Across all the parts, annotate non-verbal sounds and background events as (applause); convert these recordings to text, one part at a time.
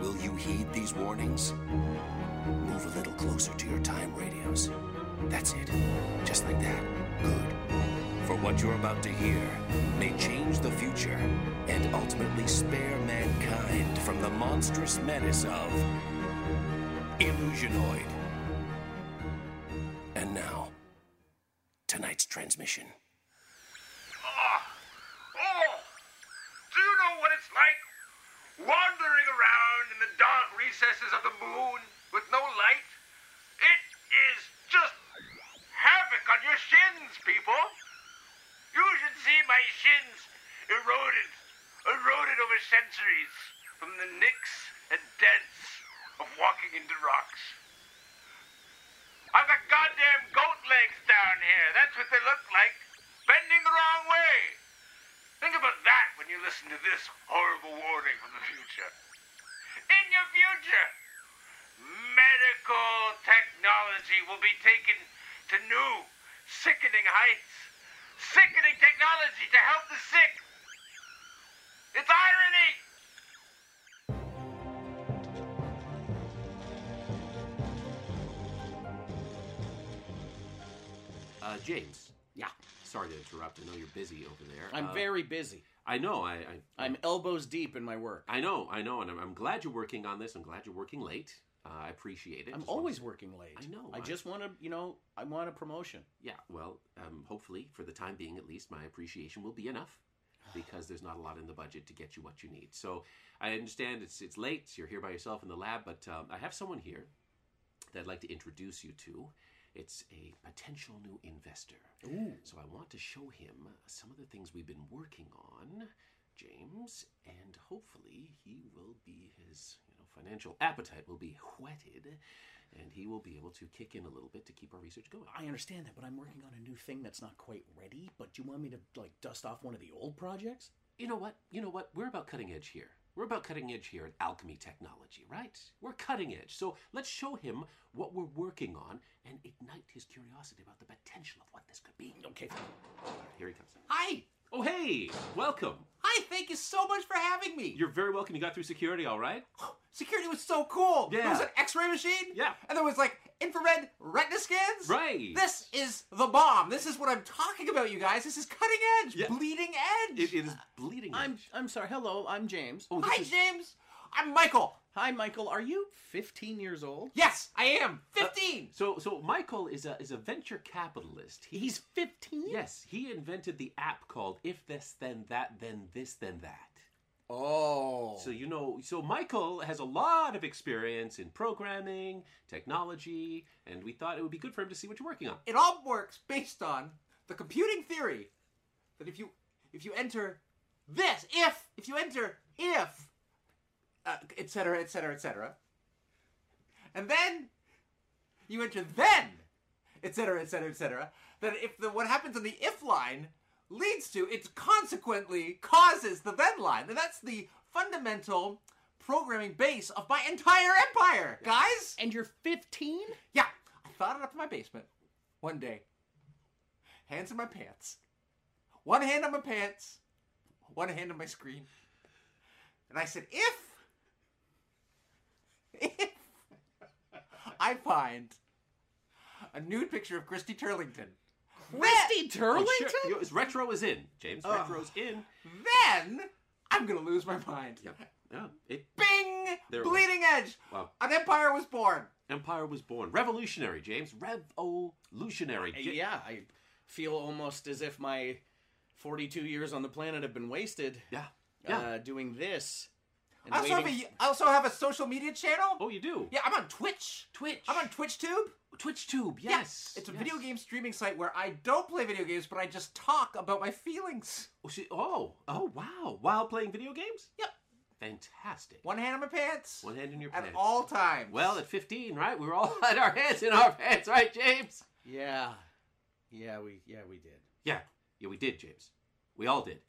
Will you heed these warnings? Move a little closer to your time radios. That's it. Just like that. Good. For what you're about to hear may change the future and ultimately spare mankind from the monstrous menace of Illusionoid. And now, tonight's transmission. Oh, oh! Do you know what it's like? Wandering around in the dark recesses of the moon with no light? It is just havoc on your shins, people. You should see my shins eroded, eroded over centuries from the nicks and dents of walking into rocks. I've got goddamn goat legs down here. That's what they look like. Bending the wrong way. Think about that when you listen to this horrible warning from the future. In your future, medical technology will be taken to new, sickening heights. Sickening technology to help the sick. It's irony. Uh, James, Yeah, sorry to interrupt. I know you're busy over there. I'm Uh, very busy. I know. I. I I'm elbows deep in my work. I know. I know, and I'm, I'm glad you're working on this. I'm glad you're working late. Uh, I appreciate it. I'm Just wanted always to- working late. I know, I I- just want to, you know, I want a promotion. Yeah. Well, um, hopefully, for the time being, at least, my appreciation will be enough, because there's not a lot in the budget to get you what you need. So I understand it's it's late. You're here by yourself in the lab, but um, I have someone here that I'd like to introduce you to. It's a potential new investor. Ooh. So I want to show him some of the things we've been working on, James, and hopefully he will be his you know financial appetite will be whetted, and he will be able to kick in a little bit to keep our research going. I understand that, but I'm working on a new thing that's not quite ready. But do you want me to like dust off one of the old projects? you know what? You know what? We're about cutting edge here. We're about cutting edge here at Alchemy Technology, right? We're cutting edge. So let's show him what we're working on and ignite his curiosity about the potential of what this could be. Okay. All right, here he comes. Hi! Oh, hey! Welcome! Hi, thank you so much for having me! You're very welcome. You got through security, all right? Security was so cool! Yeah. There was an x ray machine, Yeah. and there was like infrared retina scans. Right. This is the bomb. This is what I'm talking about, you guys. This is cutting edge, Yeah. bleeding edge. It, it is bleeding. I'm edge. I'm sorry. Hello, I'm James. Oh, this Hi, is- James! I'm Michael. Hi, Michael. Are you 15 years old? Yes, I am. 15. So, so Michael is a is a venture capitalist. He- He's 15. yes, he invented the app called "If This Then That Then This Then That." Oh. So you know, so Michael has a lot of experience in programming, technology, and we thought it would be good for him to see what you're working on. it all works based on the computing theory that if you if you enter this if if you enter if uh, et cetera et cetera et cetera and then you enter then et cetera et cetera et cetera that if the what happens on the if line leads to it consequently causes the then line and that's the fundamental programming base of my entire empire guys And you're 15? yeah, I thought it up in my basement one day. Hands in my pants. One hand on my pants, one hand on my screen. And I said, if, if I find a nude picture of Christy Turlington, Christy Oh, Turlington? sure. You know, it's retro is in, James. Retro's in. then I I'm gonna lose my mind. Yep. Yeah. It, Bing! There it was. Bleeding edge. wow. An empire was born. Empire was born. Revolutionary, James. Revolutionary. Uh, J- yeah, I feel almost as if my 42 years on the planet have been wasted Yeah. Yeah. uh, doing this. And I also, have waiting- a, I also have a social media channel. oh, you do? Yeah, I'm on Twitch. Twitch. I'm on Twitch Tube. Twitch Tube. Yes. It's a yes. video game streaming site where I don't play video games, but I just talk about my feelings. Oh, see- oh, oh, wow. While playing video games? Yep. Fantastic. One hand on my pants. One hand in your at pants. all times. Well, at 15, right? We were all (laughs) had our hands in our pants, right, James? Yeah. Yeah, we yeah, we did. Yeah, yeah, we did, James. We all did.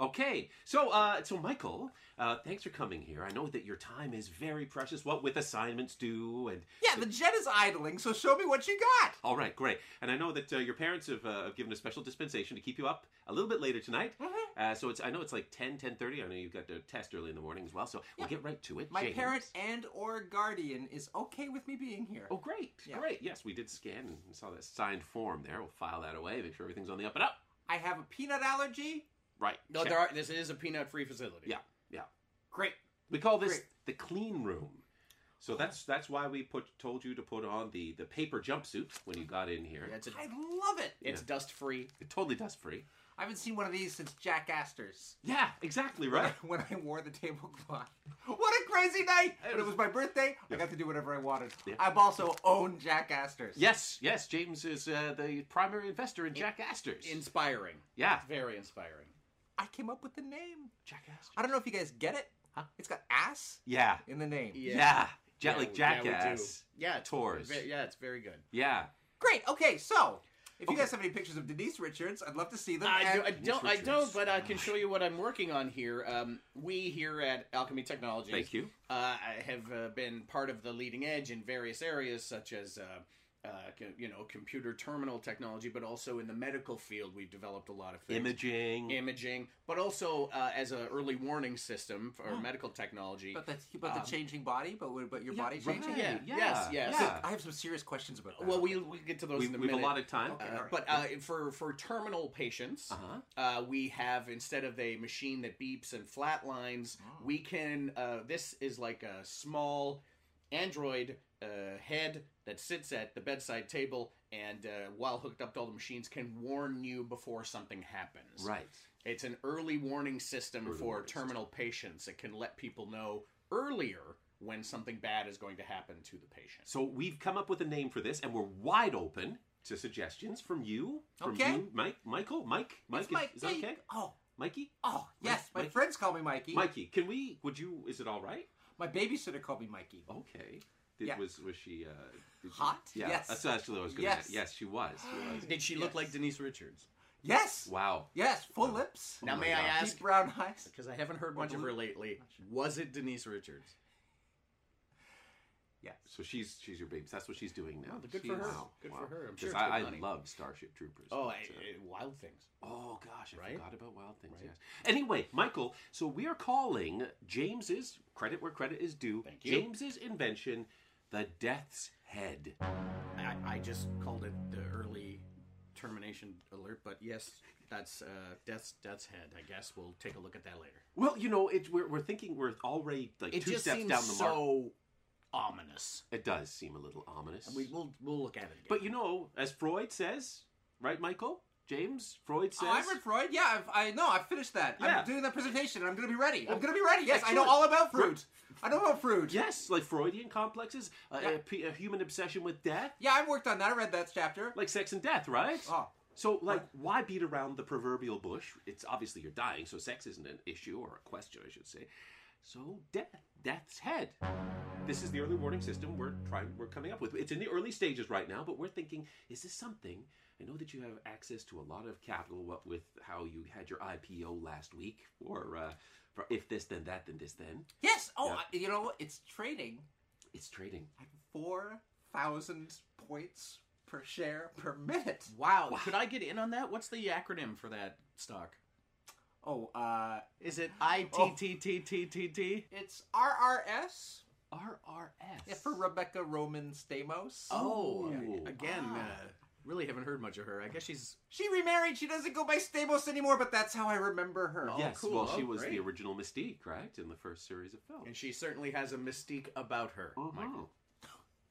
Okay, so uh, so Michael, uh, thanks for coming here. I know that your time is very precious. What with assignments due and yeah, the jet is idling, so show me what you got. all right, great. And I know that uh, your parents have, uh, have given a special dispensation to keep you up a little bit later tonight. Mm-hmm. Uh, so it's I know it's like 10, 10.30. I know you've got a test early in the morning as well. So we'll get right to it. My James. parent and or guardian is okay with me being here. Oh, great, Yeah. great. Yes, we did scan and saw that signed form there. We'll file that away. Make sure everything's on the up and up. I have a peanut allergy. Right. No, check. there are, this is a peanut-free facility. Yeah, yeah. Great. We call this Great. the clean room. So that's that's why we put told you to put on the the paper jumpsuit when you got in here. Yeah, it's a, I love it. it's yeah. dust-free. It's totally dust free. I haven't seen one of these since Jack Astor's. (laughs) Yeah, exactly right. when I wore the tablecloth. What a crazy night! But it was my birthday. I got to do whatever I wanted. I've also owned Jack Astor's. yes, yes. James is uh, the primary investor in Jack Astor's. Inspiring. yeah, Very inspiring. I came up with the name. Jack Astor. I don't know if you guys get it. Huh? It's got ass Yeah, in the name. yeah. Ja- Yeah, like we- yeah, we do. jackass. Yeah, it's Tours. ve- Yeah, it's very good. Yeah. Great. Okay, so if you Okay. guys have any pictures of Denise Richards, I'd love to see them. I, do, And- I don't. I Richards. don't. But I can show you what I'm working on here. Um, we here at Alchemy Technologies, Thank you. uh, I have uh, been part of the leading edge in various areas such as. Uh, uh, co- you know, computer terminal technology, but also in the medical field, we've developed a lot of things. Imaging. imaging, but also uh, as an early warning system for medical technology. But that's about the changing body, but but your body Um, right. changing. Yeah. Yeah. Yes. Yes. Yeah. I have some serious questions about that. Well, we we get to those we, in a we've minute. a lot of time. Okay. Uh, Alright. but uh, for for terminal patients, Uh-huh. uh, we have instead of a machine that beeps and flatlines, we can. Uh, this is like a small android uh, head that sits at the bedside table, and uh, while hooked up to all the machines, can warn you before something happens. Right. It's an early warning system Early for warning terminal patients. It can let people know earlier when something bad is going to happen to the patient. So we've come up with a name for this, and we're wide open to suggestions from you, from Okay. you, Mike, Michael, Mike, Mike. It's is, Mike. is that okay? Oh, Mikey, oh, yes. My Mike- friends call me Mikey. Mikey, can we? Would you? Is it all right? My babysitter called me Mikey. Okay. Did, Yeah. Was was she uh, did she- Hot? yeah, Yes. that's actually what I was going to Yes. say. Yes, she was. She was. Did she look like Denise Richards? Yes. Wow. Oh Yes. Full lips. now, my may I God. ask? Deep brown eyes. Because I haven't heard much of her lately. Was it Denise Richards? Yes. So she's she's your baby. That's what she's doing now. Oh, good for She's- her. Wow. Good wow. for her. I'm 'Cause sure it's good I, I money. love Starship Troopers. Oh, but, I, uh, I- Wild Things. Oh gosh, I Right? forgot about Wild Things. Right. Yes. Anyway, Michael, so we are calling James's credit where credit is due. Thank you. James's invention, the Death's Head. I, I just called it the early termination alert, but yes, that's uh, Death's Death's Head. I guess we'll take a look at that later. Well, you know, it, we're we're thinking we're already like It two just steps seems down the mark. so ominous. It does seem a little ominous. And we, we'll we'll look at it. Again. But you know, as Freud says, right, Michael? James Freud says. Oh, I read Freud. Yeah, I've, I know. I finished that. Yeah. I'm doing that presentation. and I'm gonna be ready. I'm gonna be ready. Yes, I know all about Freud. I know about Freud. yes, like Freudian complexes, uh, a, pe- a human obsession with death, Yeah, I worked on that. I read that chapter. like sex and death, right? Ah, Oh. So, like, why beat around the proverbial bush? It's obviously you're dying, so sex isn't an issue or a question, I should say. So, death, death's head. This is the early warning system we're trying, we're coming up with. It's in the early stages right now, but we're thinking, is this something? I know that you have access to a lot of capital. What with how you had your IPO last week, or uh, for if this then that then this then, Yes. Oh, Yeah. I, you know what? It's trading it's trading. at four thousand points per share per minute. Wow, could I get in on that? What's the acronym for that stock? Oh, uh, Is Oh. it ITTTTTT? it's RRS RRS. yeah, for Rebecca Roman Stamos. Oh, Oh, again, wow. uh, Really haven't heard much of her. I guess she's She remarried. She doesn't go by Stamos anymore, but that's how I remember her. Oh, yes, cool. well, she Oh, was great. the original Mystique, right, in the first series of films. and she certainly has a mystique about her. Mhm. Michael.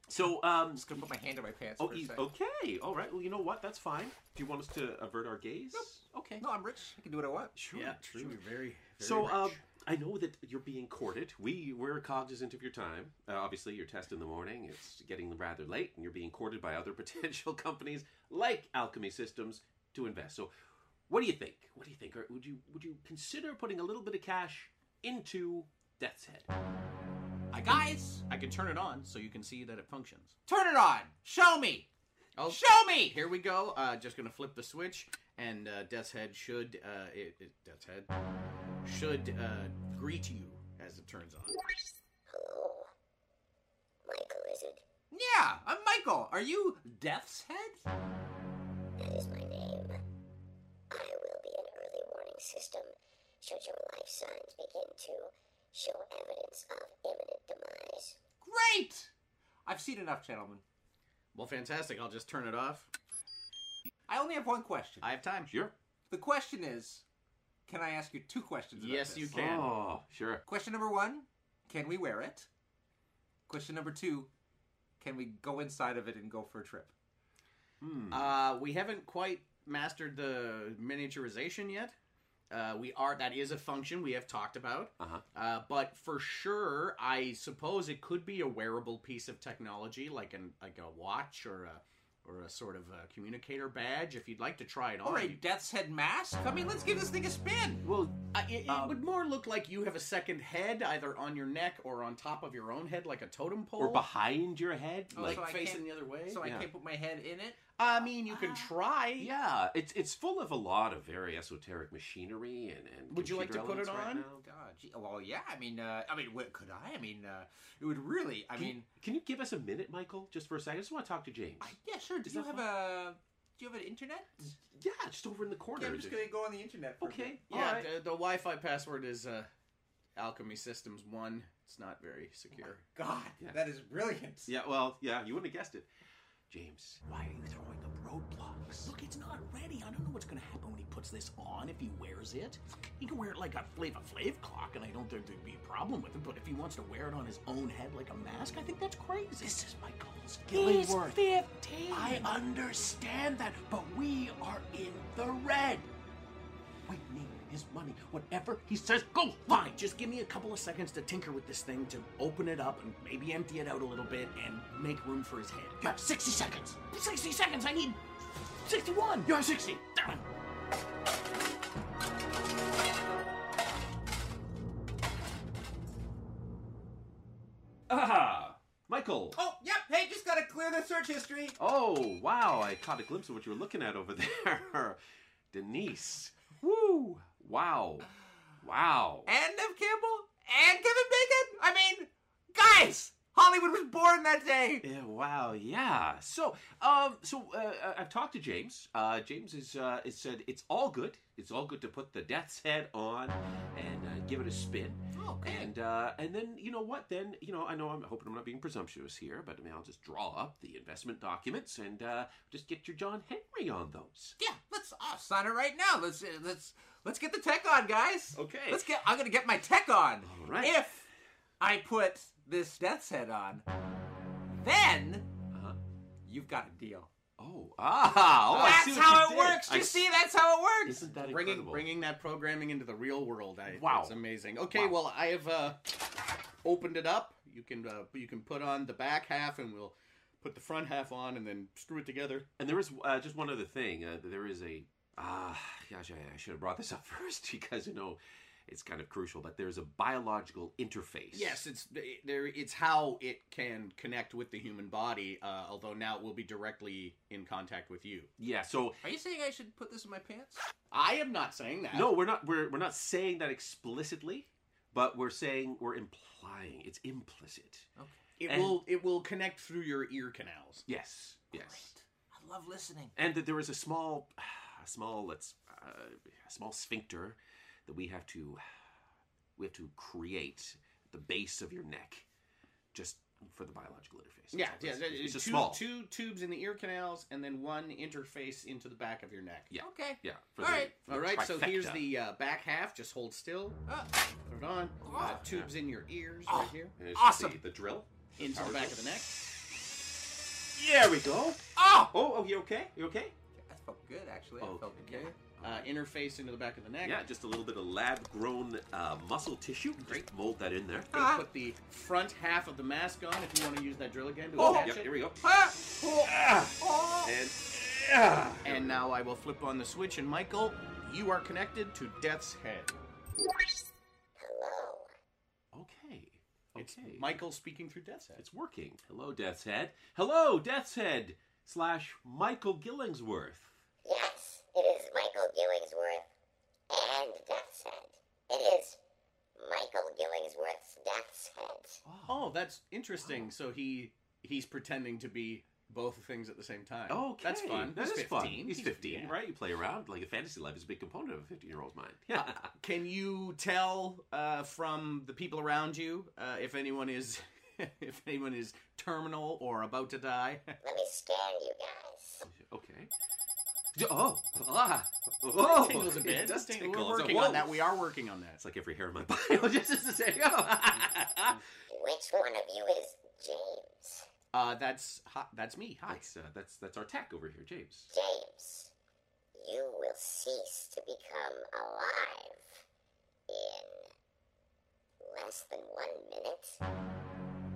So, um, I'm just gonna put my hand in my pants oh, for a e- second. okay, all right. Well, you know what? That's fine. Do you want us to avert our gaze? Okay. No, I'm rich. I can do what I want. Sure. yeah, sure. true. Very, very So uh, rich. I know that you're being courted. We we're cognizant of your time. Uh, obviously, your test in the morning it's getting rather late, and you're being courted by other (laughs) potential companies like Alchemy Systems to invest. So, what do you think? What do you think? Or would you would you consider putting a little bit of cash into Death's Head? Uh, guys, I can turn it on so you can see that it functions. turn it on. Show me. I'll Show me. Here we go. Uh, just gonna flip the switch, and uh, Death's Head should uh, it, it, Death's Head should uh, greet you as it turns on. Hello. Michael, is it? Yeah, I'm Michael. Are you Death's Head? That is my name. I will be an early warning system should your life signs begin to show evidence of imminent demise. Great. I've seen enough, gentlemen. Well, fantastic. I'll just turn it off. I only have one question. I have time. Sure. The question is, can I ask you two questions? About Yes, this? you Can. Oh, sure. Question number one: Can we wear it? Question number two: Can we go inside of it and go for a trip? Hmm. Uh, we haven't quite mastered the miniaturization yet. Uh, we are that is a function we have talked about. Uh-huh. Uh, but for sure, I suppose it could be a wearable piece of technology, like an like a watch or a or a sort of a communicator badge. If you'd like to try it on, All right, Death's Head mask. I mean, let's give this thing a spin. Well, I, uh, it, it Um, would more look like you have a second head, either on your neck or on top of your own head, like a totem pole, or behind your head, Oh, like so I facing can't- the other way. So I Ah. Yeah. can't put my head in it. I mean, you can try. yeah. It's it's full of a lot of very esoteric machinery and and. Would you like computer to put it elements right on? now. Oh God. Gee. Well, yeah. I mean, uh, I mean, what could I? I mean, uh, it would really. I Can- mean, can you give us a minute, Michael, just for a second? I just want to talk to James. I, yeah, sure. Do Is you that have fine? a? Do you have an internet? Yeah, just over in the corner. Yeah, I'm just gonna go on the internet. For a Okay. bit. Yeah, All right. the, the Wi-Fi password is uh, Alchemy Systems One. It's not very secure. God, Yeah. that is brilliant. Yeah, well, yeah, you wouldn't have guessed it. James, why are you throwing up roadblocks? Look, it's not ready. I don't know what's going to happen when he puts this on if he wears it. He can wear it like a Flava Flav clock, and I don't think there'd be a problem with it. But if he wants to wear it on his own head like a mask, I think that's crazy. This is Michael's Gillingworth. He's 15. I understand that, but we are in the red. We need his money. Whatever he says, go find. Just give me a couple of seconds to tinker with this thing, to open it up and maybe empty it out a little bit and make room for his head. You have 60 seconds. 60 seconds. I need 61. You have 60. Damn it. Ah, Michael. Oh, yep. Hey, just gotta clear the search history. Oh, wow, I caught a glimpse of what you were looking at over (laughs) there. Denise. Woo. Wow. Wow. And Nev Campbell and Kevin Bacon. I mean, guys, Hollywood was born that day. Yeah, wow, yeah. So, um, so uh, I- I've talked to James. Uh, James is uh, has said it's all good. It's all good to put the death's head on and uh, give it a spin. Okay. And uh, and then you know what? Then you know I know I'm hoping I'm not being presumptuous here, but I mean I'll just draw up the investment documents and uh, just get your John Henry on those. Yeah, let's uh, sign it right now. Let's uh, let's let's get the tech on, guys. Okay. Let's get. I'm gonna get my tech on. All right. If I put this Death's Head on, then Uh-huh. you've got a deal. Oh, ah, oh, I see that's what how you it did. works. I You see, that's how it works. Isn't that Bringing incredible? bringing that programming into the real world, I, Wow. it's amazing. Okay, well, I have uh, opened it up. You can uh, you can put on the back half, and we'll put the front half on, and then screw it together. And there is uh, just one other thing. Uh, there is a ah, gosh, I, I should have brought this up (laughs) first because you know it's kind of crucial. But there is a biological interface. Yes, it's it- there. It's how it can connect with the human body, uh, although now it will be directly in contact with you. Yeah. So Are you saying I should put this in my pants? I am not saying that. no, we're not we're we're not saying that explicitly, but we're saying we're implying it's implicit. Oh. Okay. it and- will it will connect through your ear canals. Yes. Yes. I love listening. and that there is a small, a small let's uh, a small sphincter that we have to we have to create at the base of your neck, just for the biological interface. That's Yeah, all it yeah. is. that- It's just two, small. two tubes in the ear canals and then one interface into the back of your neck. Yeah. Okay. Yeah. for All the- right. for the All right, so here's trifecta. the uh, back half. Just hold still. Uh, Put it on. Uh, tubes in your ears right here. And it's Awesome. The, the drill. Into the Power back drill. of the neck. There we go. oh, Oh, oh, you okay? You okay? that felt good actually. Oh, That felt okay. good. Uh, interface into the back of the neck. Yeah, just a little bit of lab-grown uh, muscle tissue. Just mold that in there. Gonna Put the front half of the mask on if you want to use that drill again to Oh. attach Yep, it. here we go. Ah, oh, oh. And And now I will flip on the switch, and Michael, you are connected to Death's Head. Hello. okay, It's okay, Michael speaking through Death's Head. it's working. Hello, Death's Head. Hello, Death's Head slash Michael Gillingsworth. Yes, it is Michael Gillingsworth and Death's Head. It is Michael Gillingsworth's Death's Head. Oh, that's interesting. So he he's pretending to be both things at the same time. Okay, that's fun. That he's is 15. fun. He's fifteen, yeah. right? You play around like a fantasy life is a big component of a fifteen-year-old's mind. Yeah. Can you tell uh, from the people around you uh, if anyone is (laughs) if anyone is terminal or about to die? (laughs) Let me scan you guys. (laughs) okay. Oh, ah, oh, tingles a bit. It does Ting- tingle. We're It's a- working on whoa. that. We are working on that. It's like every hair in my (laughs) body. just to (laughs) say, oh. Which one of you is James? Uh, that's hi- that's me. Hi. That's, uh, that's that's our tech over here, James. James, you will cease to become alive in less than one minute.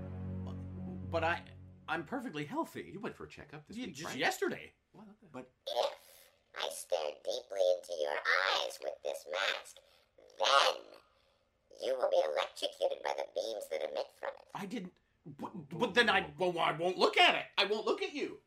But I I'm perfectly healthy. You went for a checkup this Yeah, week, just right? yesterday. What the- If I stare deeply into your eyes with this mask, then you will be electrocuted by the beams that emit from it. I didn't. But, but then I well, I won't look at it. I won't look at you.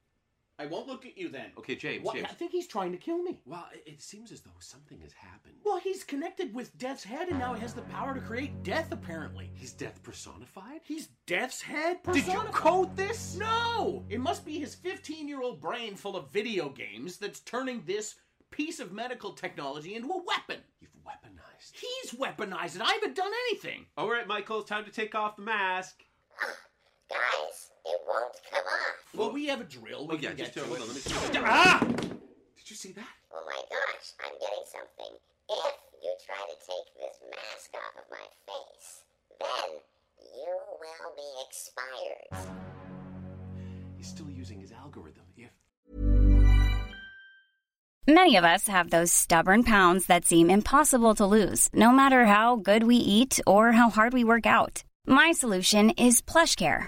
I won't look at you then. Okay, James. What- James. I think he's trying to kill me. Well, it, it seems as though something has happened. Well, he's connected with Death's Head, and now he has the power to create death. Apparently, He's death personified. he's Death's Head. Did you personified. code this? No. It must be his 15 year old brain full of video games that's turning this piece of medical technology into a weapon. You've weaponized. He's weaponized it. I haven't done anything. All right, Michael. It's time to take off the mask. Guys, it won't come off. Well, we have a drill. We Oh yeah, can just get to hold it. on. Let me. Ah! Did you see that? Oh my gosh, I'm getting something. If you try to take this mask off of my face, then you will be expired. ah! He's still using his algorithm. If Many of us have those stubborn pounds that seem impossible to lose, no matter how good we eat or how hard we work out. My solution is PlushCare.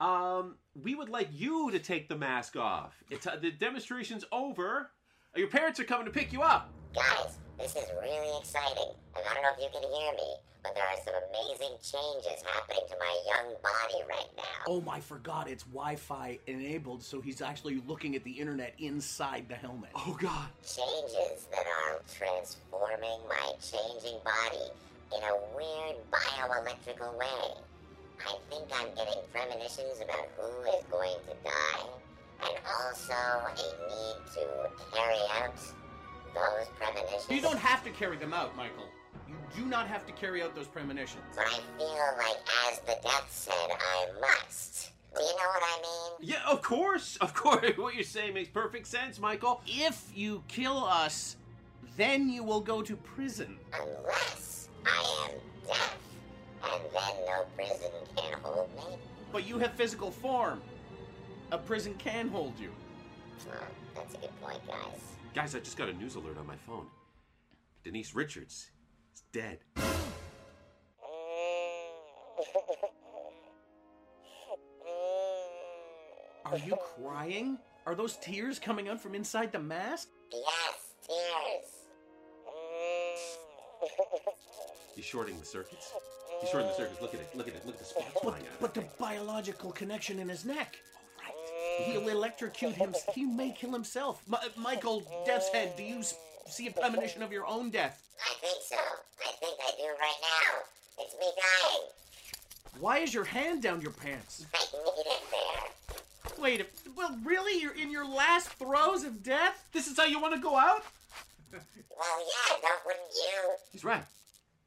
um, we would like you to take the mask off. It's, uh, the demonstration's over. Your parents are coming to pick you up. Guys, this is really exciting, and I don't know if you can hear me, but there are some amazing changes happening to my young body right now. Oh my, forgot it's Wi-Fi enabled, so he's actually looking at the internet inside the helmet. Oh God. Changes that are transforming my changing body in a weird bioelectrical way. I think I'm getting premonitions about who is going to die, and also a need to carry out those premonitions. You don't have to carry them out, Michael. You do not have to carry out those premonitions. But I feel like, as the death said, I must. Do you know what I mean? Yeah, of course, of course. (laughs) What you're saying makes perfect sense, Michael. If you kill us, then you will go to prison. Unless I am deaf, and then no prison can hold me. But you have physical form. A prison can hold you. Huh, that's a good point, guys. Guys, I just got a news alert on my phone. Denise Richards is dead. Are you crying? Are those tears coming out from inside the mask? Yes, tears. He's shorting the circuits. He's shorting the circuits. Look at it. Look at it. Look at the spark flying out. But But the biological connection in his neck. right. He'll electrocute him. He may kill himself. Mi- Michael, Death's Head, do you s- see a premonition of your own death? I think so. I think I do right now. It's me dying. Why is your hand down your pants? I need it there. Wait, if- well, really? You're in your last throes of death? This is how you want to go out? Well, yeah, don't wouldn't you? He's right.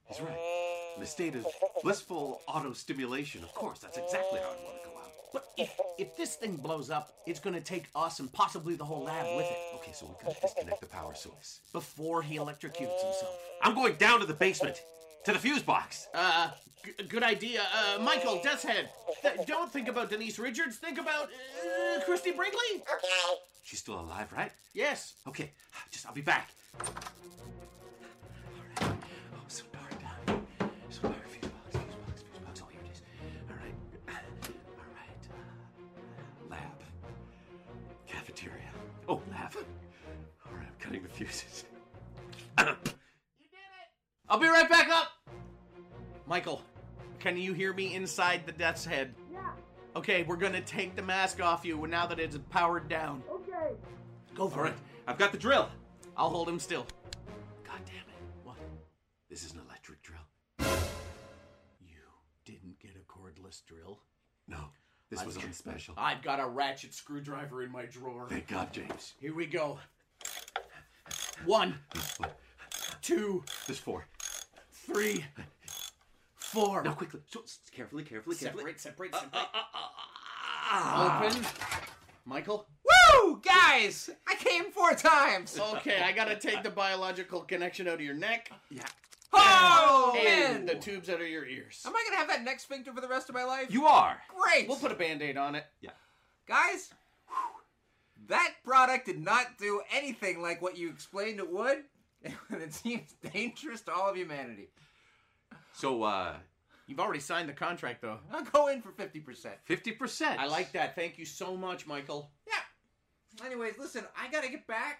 He's right. In a state of blissful auto stimulation, of course, that's exactly how I want to go out. But if, if this thing blows up, it's gonna take us and possibly the whole lab with it Okay, so we gotta disconnect the power source. before he electrocutes himself. I'm going down to the basement, to the fuse box. Uh, g- good idea. Uh, Oh. Michael, Death's Head, th- don't think about Denise Richards. Think about uh, Christy Brinkley. Okay. She's still alive, right? Yes. Okay, just I'll be back. All right. Oh, so dark down here. So dark. Fuse box, fuse box, fuse box. Oh, here it is. All right. All right. Lab. Cafeteria. Oh, lab. All right, I'm cutting the fuses. I'll be right back up. Michael, can you hear me inside the Death's Head? Yeah. Okay, we're gonna take the mask off you now that it's powered down. Go for it. I've got the drill. I'll hold him still. God damn it. What? This is an electric drill. You didn't get a cordless drill. No, this was on special. I've got a ratchet screwdriver in my drawer. Thank God, James. Here we go. One, two, There's four. three, four. Now, quickly. So, s- carefully, carefully, carefully. Separate, separate, separate. Open. uh, Michael? Woo, guys! I came four times. Okay, I gotta take the biological connection out of your neck Yeah. Oh man! and the tubes out of your ears. Am I gonna have that neck sphincter for the rest of my life? You are. great. We'll put a band aid on it. Yeah. guys. whew, That product did not do anything like what you explained it would, (laughs) and it seems dangerous to all of humanity. So, uh, You've already signed the contract, though. I'll go in for fifty percent. 50%. I like that. Thank you so much, Michael. Yeah. Anyways, listen, I gotta get back.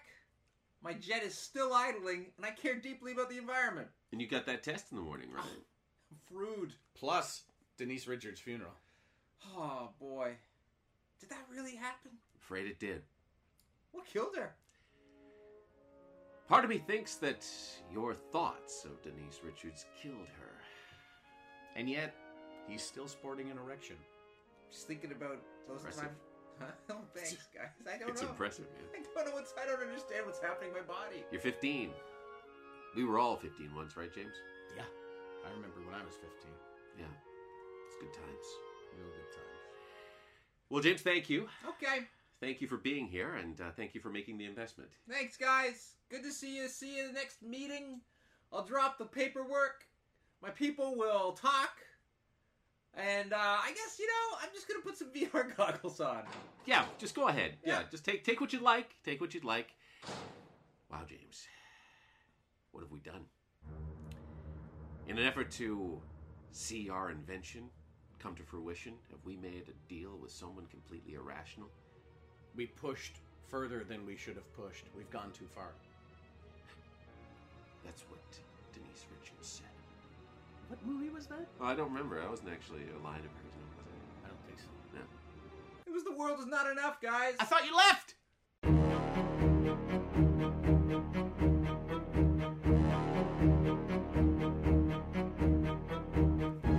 My jet is still idling, and I care deeply about the environment. And you got that test in the morning, right? Rude. Plus, Denise Richards' funeral. Oh boy, did that really happen? Afraid it did. What killed her? Part of me thinks that your thoughts of Denise Richards killed her. And yet, he's still sporting an erection. Just thinking about those Impressive. time. Huh? (laughs) Oh, thanks, (laughs) guys. I Oh, don't it's know. impressive, man. I don't know what's. I don't understand what's happening to my body. You're 15. We were all 15 once, right, James? Yeah. I remember when I was 15. Yeah. It's good times. Real good times. Well, James, thank you. Okay. Thank you for being here, and uh, thank you for making the investment. Thanks, guys. Good to see you. See you in the next meeting. I'll drop the paperwork. My people will talk. And uh, I guess, you know, I'm just going to put some (laughs) VR goggles on. Yeah, just go ahead. Yeah, Yeah. just take take what you'd like. Take what you'd like. Wow, James. What have we done? In an effort to see our invention come to fruition, have we made a deal with someone completely irrational? We pushed further than we should have pushed. We've gone too far. That's what Denise Richards said. What movie was that? Oh, I don't remember. I wasn't actually a line of hers, no, was I? I don't think so. No. It was the world is not enough, guys. I thought you left!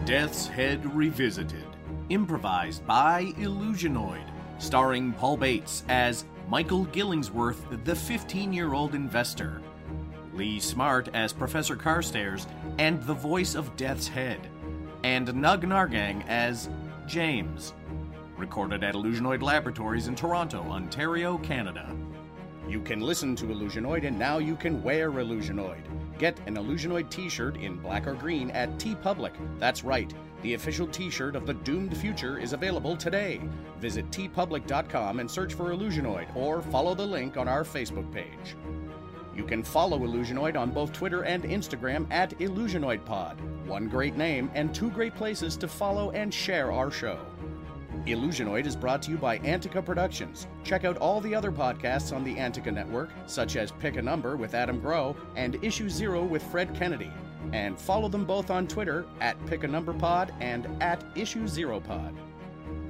Death's Head Revisited, improvised by Illusionoid, starring Paul Bates as Michael Gillingsworth, the 15 year old investor, Lee Smart as Professor Carstairs and the voice of Death's Head, and Nug Nargang as James. Recorded at Illusionoid Laboratories in Toronto, Ontario, Canada. You can listen to Illusionoid and now you can wear Illusionoid. Get an Illusionoid t shirt in black or green at T Public. That's right, the official t shirt of the doomed future is available today. Visit tpublic.com and search for Illusionoid or follow the link on our Facebook page. You can follow Illusionoid on both Twitter and Instagram at IllusionoidPod. One great name and two great places to follow and share our show. Illusionoid is brought to you by Antica Productions. Check out all the other podcasts on the Antica Network, such as Pick a Number with Adam Grow and Issue Zero with Fred Kennedy. And follow them both on Twitter at Pick a Number Pod and at Issue Zero Pod.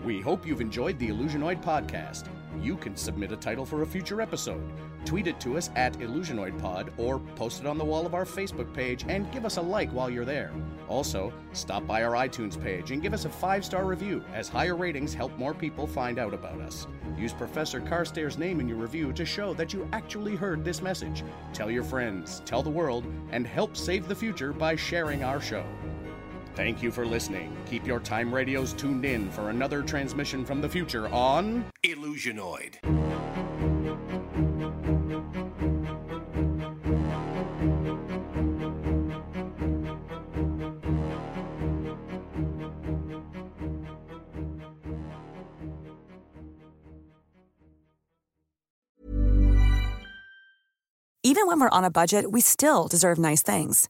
We hope you've enjoyed the Illusionoid podcast. You can submit a title for a future episode, tweet it to us at IllusionoidPod, or post it on the wall of our Facebook page and give us a like while you're there. Also, stop by our iTunes page and give us a five star review, as higher ratings help more people find out about us. Use Professor Carstairs' name in your review to show that you actually heard this message. Tell your friends, tell the world, and help save the future by sharing our show. Thank you for listening. Keep your time radios tuned in for another transmission from the future on. Illusionoid. Even when we're on a budget, we still deserve nice things.